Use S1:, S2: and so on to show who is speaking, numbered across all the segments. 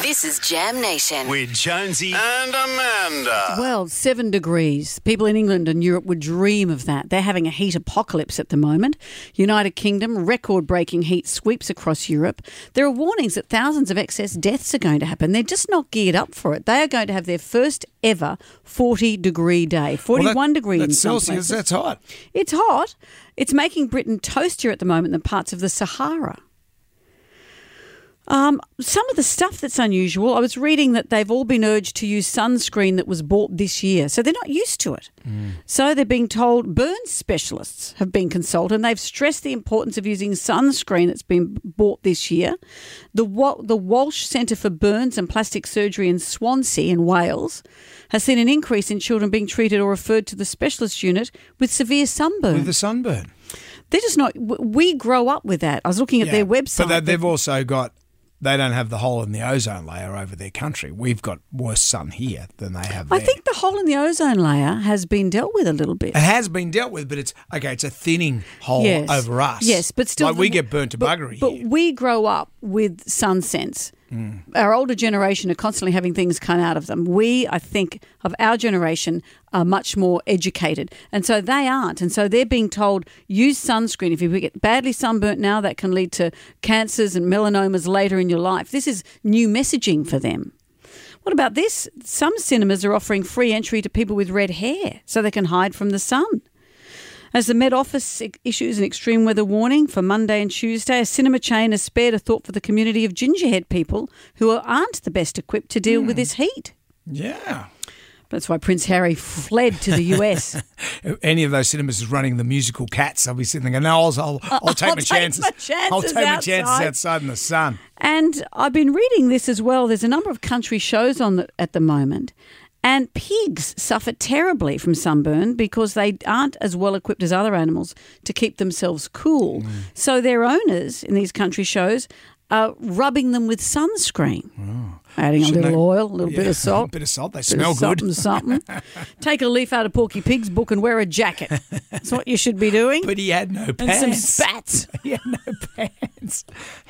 S1: This is Jam Nation.
S2: with Jonesy.
S3: and Amanda.
S4: Well, seven degrees. People in England and Europe would dream of that. They're having a heat apocalypse at the moment. United Kingdom, record breaking heat sweeps across Europe. There are warnings that thousands of excess deaths are going to happen. They're just not geared up for it. They are going to have their first ever 40 degree day, 41 degree in
S5: That's
S4: some places.
S5: Celsius. That's hot.
S4: It's hot. It's making Britain toastier at the moment than parts of the Sahara. Um, some of the stuff that's unusual, I was reading that they've all been urged to use sunscreen that was bought this year. So they're not used to it.
S5: Mm.
S4: So they're being told burn specialists have been consulted and they've stressed the importance of using sunscreen that's been bought this year. The, Wa- the Walsh Centre for Burns and Plastic Surgery in Swansea in Wales has seen an increase in children being treated or referred to the specialist unit with severe sunburn.
S5: With the sunburn.
S4: They're just not. w- We grow up with that. I was looking at
S5: Yeah.
S4: their website.
S5: But they- they've also got, they don't have the hole in the ozone layer over their country. We've got worse sun here than they have
S4: I
S5: there.
S4: think the hole in the ozone layer has been dealt with a little bit.
S5: it has been dealt with, but it's okay. It's a thinning hole
S4: yes.
S5: over us.
S4: Yes, but still,
S5: like
S4: the-
S5: we get burnt to
S4: but-
S5: buggery.
S4: But
S5: here.
S4: we grow up with sun sense. Our older generation are constantly having things come out of them. We, I think, of our generation are much more educated, and so they aren't. And so they're being told use sunscreen. If you get badly sunburnt now, that can lead to cancers and melanomas later in your life. This is new messaging for them. What about this? Some cinemas are offering free entry to people with red hair so they can hide from the sun. As the Met Office issues an extreme weather warning for Monday and Tuesday, a cinema chain has spared a thought for the community of gingerhead people who aren't the best equipped to deal with this heat.
S5: yeah.
S4: That's why Prince Harry fled to the US.
S5: any of those cinemas is running the musical Cats, I'll be sitting there going, no, I'll, I'll, I'll take
S4: I'll
S5: my
S4: take
S5: chances.
S4: my chances
S5: I'll take my chances
S4: outside."
S5: outside in the sun.
S4: And I've been reading this as well. There's a number of country shows on the, at the moment, and pigs suffer terribly from sunburn because they aren't as well equipped as other animals to keep themselves cool.
S5: Mm.
S4: So their owners in these country shows are rubbing them with sunscreen, adding a
S5: Shouldn't
S4: little
S5: they-
S4: oil, a little bit
S5: Oh. Yeah,
S4: of salt.
S5: bit of salt. They
S4: bit
S5: smell
S4: of
S5: good.
S4: Something, something. Take a leaf out of Porky Pig's book and wear a jacket. That's what you should be doing.
S5: But he had no
S4: and
S5: pants.
S4: some spats.
S5: he had no pants.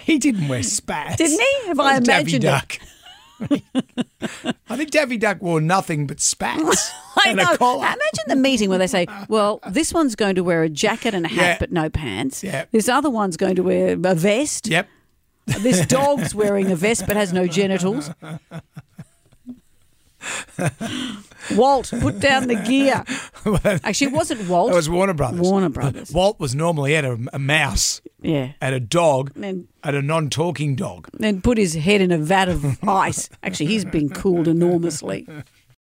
S5: He didn't wear spats.
S4: Didn't he? Have
S5: That
S4: I
S5: was Daffy
S4: imagined it?
S5: Duck. I think Daffy Duck wore nothing but spats
S4: I
S5: and
S4: know.
S5: a collar.
S4: Imagine the meeting where they say, "Well, this one's going to wear a jacket and a hat,
S5: Yeah.
S4: but no pants.
S5: Yeah.
S4: This other one's going to wear a vest.
S5: Yep.
S4: This dog's wearing a vest but has no genitals." Walt, put down the gear. Actually, it wasn't Walt.
S5: That was Warner Brothers.
S4: Warner Brothers.
S5: Walt was normally at a, a mouse,
S4: Yeah,
S5: at a dog,
S4: And then-
S5: at a non-talking dog.
S4: and put his head in a vat of ice. Actually, he's been cooled enormously.